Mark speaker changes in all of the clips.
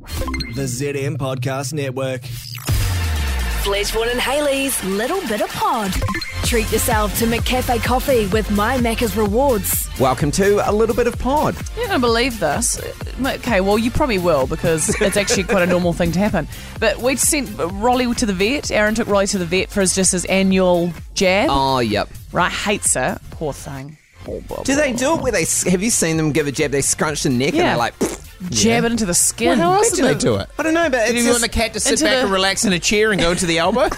Speaker 1: The ZM Podcast Network.
Speaker 2: Fleshborn and Haley's Little Bit of Pod. Treat yourself to McCafe coffee with My Macca's Rewards.
Speaker 3: Welcome to a little bit of pod.
Speaker 4: You're going to believe this. Okay, well, you probably will because it's actually quite a normal thing to happen. But we sent Rolly to the vet. Aaron took Rolly to the vet for his, just his annual jab.
Speaker 3: Oh, yep.
Speaker 4: Right, hates it. Poor thing. Poor bubble.
Speaker 3: Do they do it where they have you seen them give a jab? They scrunch the neck and
Speaker 4: Yeah.
Speaker 3: they're like, "Pfft."
Speaker 4: Jab it into the skin.
Speaker 5: Well, how else do they do it?
Speaker 3: I don't know, but
Speaker 5: Do
Speaker 3: it's
Speaker 5: you want
Speaker 3: just,
Speaker 5: the cat to sit
Speaker 4: into
Speaker 5: back
Speaker 4: the-
Speaker 5: and relax in a chair and go to the elbow?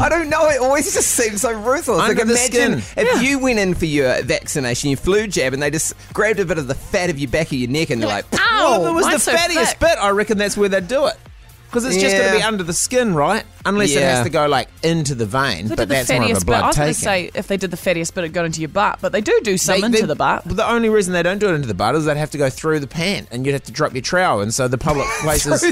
Speaker 3: I don't know. It always just seems so ruthless.
Speaker 5: Under
Speaker 3: like
Speaker 5: the
Speaker 3: imagine
Speaker 5: skin.
Speaker 3: if you went in for your vaccination, your flu jab, and they just grabbed a bit of the fat of your back of your neck, and they're like, "Ah." "Pfft."
Speaker 5: well, if it was
Speaker 4: mine's
Speaker 5: the
Speaker 4: Oh, so
Speaker 5: fattiest
Speaker 4: thick.
Speaker 5: bit, I reckon that's where they'd do it. Because it's just going
Speaker 3: Yeah.
Speaker 5: to be under the skin, right? Unless it
Speaker 3: Yeah.
Speaker 5: has to go like into the vein,
Speaker 4: They did
Speaker 5: but
Speaker 4: the
Speaker 5: that's more of a
Speaker 4: fattiest bit. I
Speaker 5: blood
Speaker 4: was going to say
Speaker 5: taking.
Speaker 4: if they did the fattiest bit, it got into your butt. But they do do some into the butt.
Speaker 5: The only reason they don't do it into the butt is they'd have to go through the pant, and you'd have to drop your trowel, and so the public places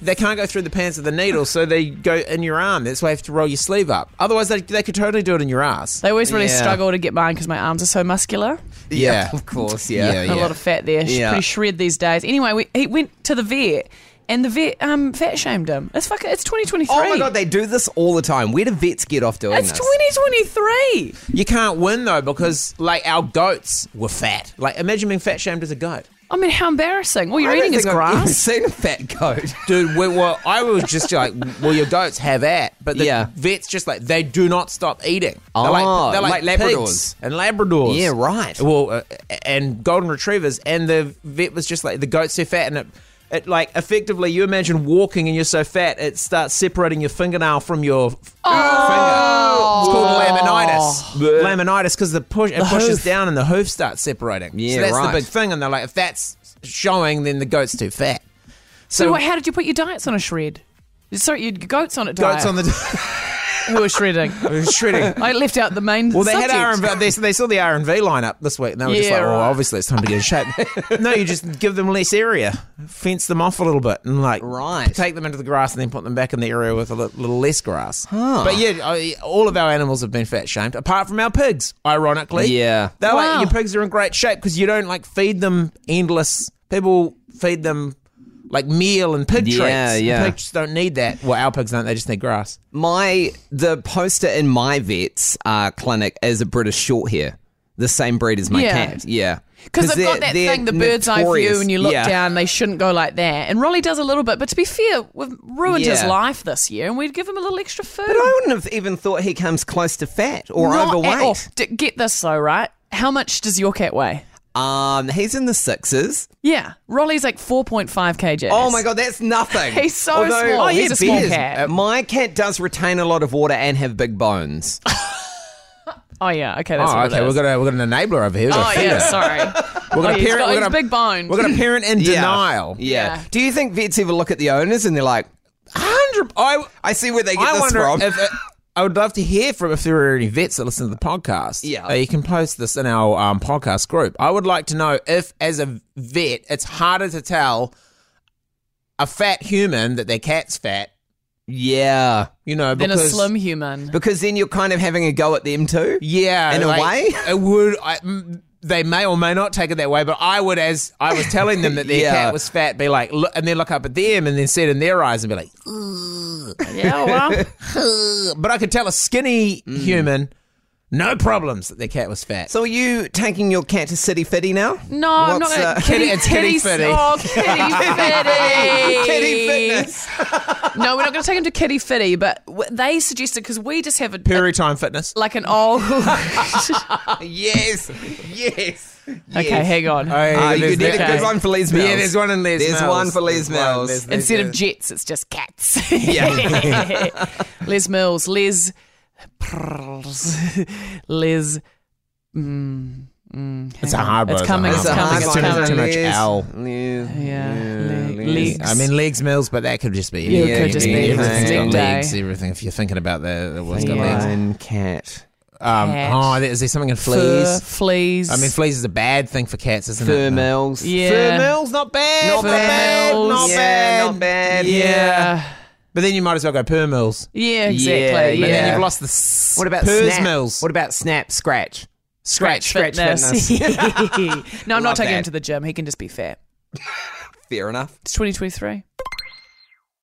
Speaker 5: they can't go through the pants of the needle, so they go in your arm. That's why you have to roll your sleeve up. Otherwise, they, they could totally do it in your ass.
Speaker 4: They always really
Speaker 3: Yeah.
Speaker 4: struggle to get mine because my arms are so muscular.
Speaker 3: yeah, of course, yeah.
Speaker 5: Yeah, yeah.
Speaker 4: a lot of fat there. She's
Speaker 3: Yeah.
Speaker 4: pretty shred these days. Anyway, we, he went to the vet, and the vet um, fat shamed him. It's fucking. It's 2023.
Speaker 3: Oh my god, they do this all the time. Where do vets get off doing
Speaker 4: It's
Speaker 3: this?
Speaker 4: 2023.
Speaker 5: You can't win though because like our goats were fat. Like imagine being fat shamed as a goat.
Speaker 4: I mean, how embarrassing! All you're
Speaker 3: I don't
Speaker 4: eating is
Speaker 3: think I've ever
Speaker 4: grass.
Speaker 3: seen a fat goat.
Speaker 5: Dude, we, well, I was just like, well, your goats have at, but the
Speaker 3: Yeah.
Speaker 5: vets just like they do not stop eating. They're
Speaker 3: Oh,
Speaker 5: like, they're like,
Speaker 3: like Labradors.
Speaker 5: pigs and Labradors.
Speaker 3: Yeah, right.
Speaker 5: Well, uh, and golden retrievers, and the vet was just like the goats are fat, and it, it like effectively you imagine walking and you're so fat it starts separating your fingernail from your f-
Speaker 4: Oh.
Speaker 3: Oh.
Speaker 5: finger. It's called laminitis. Laminitis because the push it pushes
Speaker 4: hoof.
Speaker 5: down and the hoof starts separating.
Speaker 3: Yeah,
Speaker 5: so that's
Speaker 3: right.
Speaker 5: the big thing, and they're like, if that's showing, then the goat's too fat.
Speaker 4: So, what, how did you put your diets on a shred? Sorry, your goats on it.
Speaker 5: Goats
Speaker 4: diet.
Speaker 5: on the
Speaker 4: who are shredding.
Speaker 5: shredding.
Speaker 4: I left out the main.
Speaker 5: Well, they
Speaker 4: subject.
Speaker 5: had R and V. They, they saw the R and V lineup this week, and they were just
Speaker 4: Yeah,
Speaker 5: like, "Well,
Speaker 4: right.
Speaker 5: obviously it's time to get in shape." no, you just give them less area, fence them off a little bit, and like
Speaker 3: Right.
Speaker 5: take them into the grass, and then put them back in the area with a li- little less grass. But yeah, I, all of our animals have been fat shamed, apart from our pigs. Ironically,
Speaker 3: Yeah.
Speaker 5: they're
Speaker 4: Wow.
Speaker 5: like your pigs are in great shape because you don't like feed them endless. People feed them. Like meal and pig
Speaker 3: Yeah,
Speaker 5: treats.
Speaker 3: yeah.
Speaker 5: Pigs don't need that. Well, our pigs don't. They just need grass.
Speaker 3: My the poster in my vet's uh, clinic is a British Shorthair, the same breed as my
Speaker 4: Yeah.
Speaker 3: cat. Yeah,
Speaker 4: Because they've
Speaker 3: they're-
Speaker 4: got that
Speaker 3: they're
Speaker 4: thing, the bird's eye
Speaker 3: notorious.
Speaker 4: view, and you look
Speaker 3: Yeah.
Speaker 4: down, they shouldn't go like that. And Rolly does a little bit, but to be fair, we've ruined his
Speaker 3: Yeah.
Speaker 4: life this year, and we'd give him a little extra food.
Speaker 3: But I wouldn't have even thought he comes close to fat or
Speaker 4: Not at all.
Speaker 3: overweight.
Speaker 4: D- Get this though, right? How much does your cat weigh?
Speaker 3: Um, he's in the sixes.
Speaker 4: Yeah, Rolly's like 4.5 kg.
Speaker 3: Oh my god, that's nothing.
Speaker 4: He's so small.
Speaker 3: Oh,
Speaker 4: He's
Speaker 3: yeah,
Speaker 4: a small
Speaker 3: bears.
Speaker 4: cat.
Speaker 3: Uh, My cat does retain a lot of water and have big bones.
Speaker 4: Oh yeah, okay, that's
Speaker 5: oh,
Speaker 4: what
Speaker 5: okay.
Speaker 4: It
Speaker 5: We've
Speaker 4: is.
Speaker 5: got, a, we've got an enabler over here. We've got
Speaker 4: Oh
Speaker 5: a
Speaker 4: yeah,
Speaker 5: feeder.
Speaker 4: sorry.
Speaker 5: We're
Speaker 4: Oh,
Speaker 5: gonna
Speaker 4: he's
Speaker 5: parent.
Speaker 4: got-
Speaker 5: we're
Speaker 4: he's
Speaker 5: gonna,
Speaker 4: big boned.
Speaker 5: We're gonna parent in
Speaker 3: Yeah.
Speaker 5: denial.
Speaker 3: Yeah.
Speaker 4: Yeah.
Speaker 3: Do you think vets ever look at the owners and they're like,
Speaker 5: Hundred. I.
Speaker 3: I see where they get
Speaker 5: I
Speaker 3: this
Speaker 5: wonder
Speaker 3: from?
Speaker 5: if. It, I would love to hear from if there are any vets that listen to the podcast.
Speaker 3: Yeah.
Speaker 5: Uh, you can post this in our um, podcast group. I would like to know if, as a vet, it's harder to tell a fat human that their cat's fat.
Speaker 3: yeah.
Speaker 5: You know,
Speaker 4: Then
Speaker 5: because
Speaker 4: a slim human.
Speaker 3: Because then you're kind of having a go at them too.
Speaker 5: Yeah,
Speaker 3: In a
Speaker 5: like,
Speaker 3: way?
Speaker 5: it would. I, mm, they may or may not take it that way, but I would, as I was telling them that their
Speaker 3: Yeah.
Speaker 5: cat was fat, be like, look, and then look up at them, and then see it in their eyes, and be like,
Speaker 4: yeah, well,
Speaker 5: but I could tell a skinny human, no problems that their cat was fat.
Speaker 3: Mm. So are you taking your cat to City Fitty now?
Speaker 4: no, I'm not
Speaker 3: What's,
Speaker 4: gonna.
Speaker 3: uh,
Speaker 4: kitty,
Speaker 5: it's kitty
Speaker 4: kitty-
Speaker 5: fitty.
Speaker 4: Oh, kitty fitty.
Speaker 3: Kitty fitness.
Speaker 4: No, we're not going to take him to kitty fitty, but w- they suggested because we just have a,
Speaker 5: Peri time fitness.
Speaker 4: like an old.
Speaker 3: yes, yes.
Speaker 4: okay, hang on.
Speaker 3: Ah, you
Speaker 5: there's
Speaker 3: need a
Speaker 5: that.
Speaker 3: good one for Les Mills.
Speaker 5: Yeah, there's one in Les
Speaker 3: There's
Speaker 5: Mills.
Speaker 3: one for Les
Speaker 5: There's one,
Speaker 3: Mills.
Speaker 5: there's- there's-
Speaker 4: Instead of
Speaker 5: there's-
Speaker 4: jets, it's just cats. Yeah. Les Mills, Les, Prrrls. Les. Mm, mm,
Speaker 5: It's a
Speaker 4: hang on.
Speaker 5: hard
Speaker 4: It's
Speaker 5: one,
Speaker 4: coming.
Speaker 5: it's
Speaker 4: It's
Speaker 5: a
Speaker 4: coming.
Speaker 5: hard
Speaker 4: It's
Speaker 5: one. Too much- too
Speaker 4: coming.
Speaker 5: much owl.
Speaker 4: Yeah, le-
Speaker 3: legs.
Speaker 4: legs.
Speaker 5: I mean, legs, mills, but that could just be.
Speaker 4: Yeah, it could just be
Speaker 5: everything's got
Speaker 4: everything.
Speaker 5: legs,
Speaker 4: Day.
Speaker 5: everything. If you're thinking about the, the one's got legs.
Speaker 3: Lion cat.
Speaker 5: Um,
Speaker 4: Cat.
Speaker 5: oh, is there something in
Speaker 4: Fur,
Speaker 5: fleas?
Speaker 4: fleas.
Speaker 5: I mean, fleas is a bad thing for cats, isn't
Speaker 3: Fur
Speaker 5: it?
Speaker 3: mills.
Speaker 4: Yeah.
Speaker 5: Fur mills, Uh-huh. not bad.
Speaker 3: Not
Speaker 5: Fur
Speaker 3: bad.
Speaker 5: mills. Not
Speaker 3: Yeah,
Speaker 5: bad.
Speaker 3: not bad.
Speaker 5: Yeah.
Speaker 4: yeah,
Speaker 5: But then you might as well go per mills.
Speaker 4: yeah, exactly.
Speaker 3: yeah.
Speaker 5: But then
Speaker 4: Yeah,
Speaker 5: you've lost the. S-
Speaker 3: What about
Speaker 5: pers
Speaker 3: snap?
Speaker 5: mills?
Speaker 3: What about snap? Scratch.
Speaker 5: scratch?
Speaker 4: fitness. no, I'm
Speaker 3: Love
Speaker 4: not taking
Speaker 3: that.
Speaker 4: him to the gym. He can just be fat.
Speaker 3: Fair enough.
Speaker 4: It's 2023.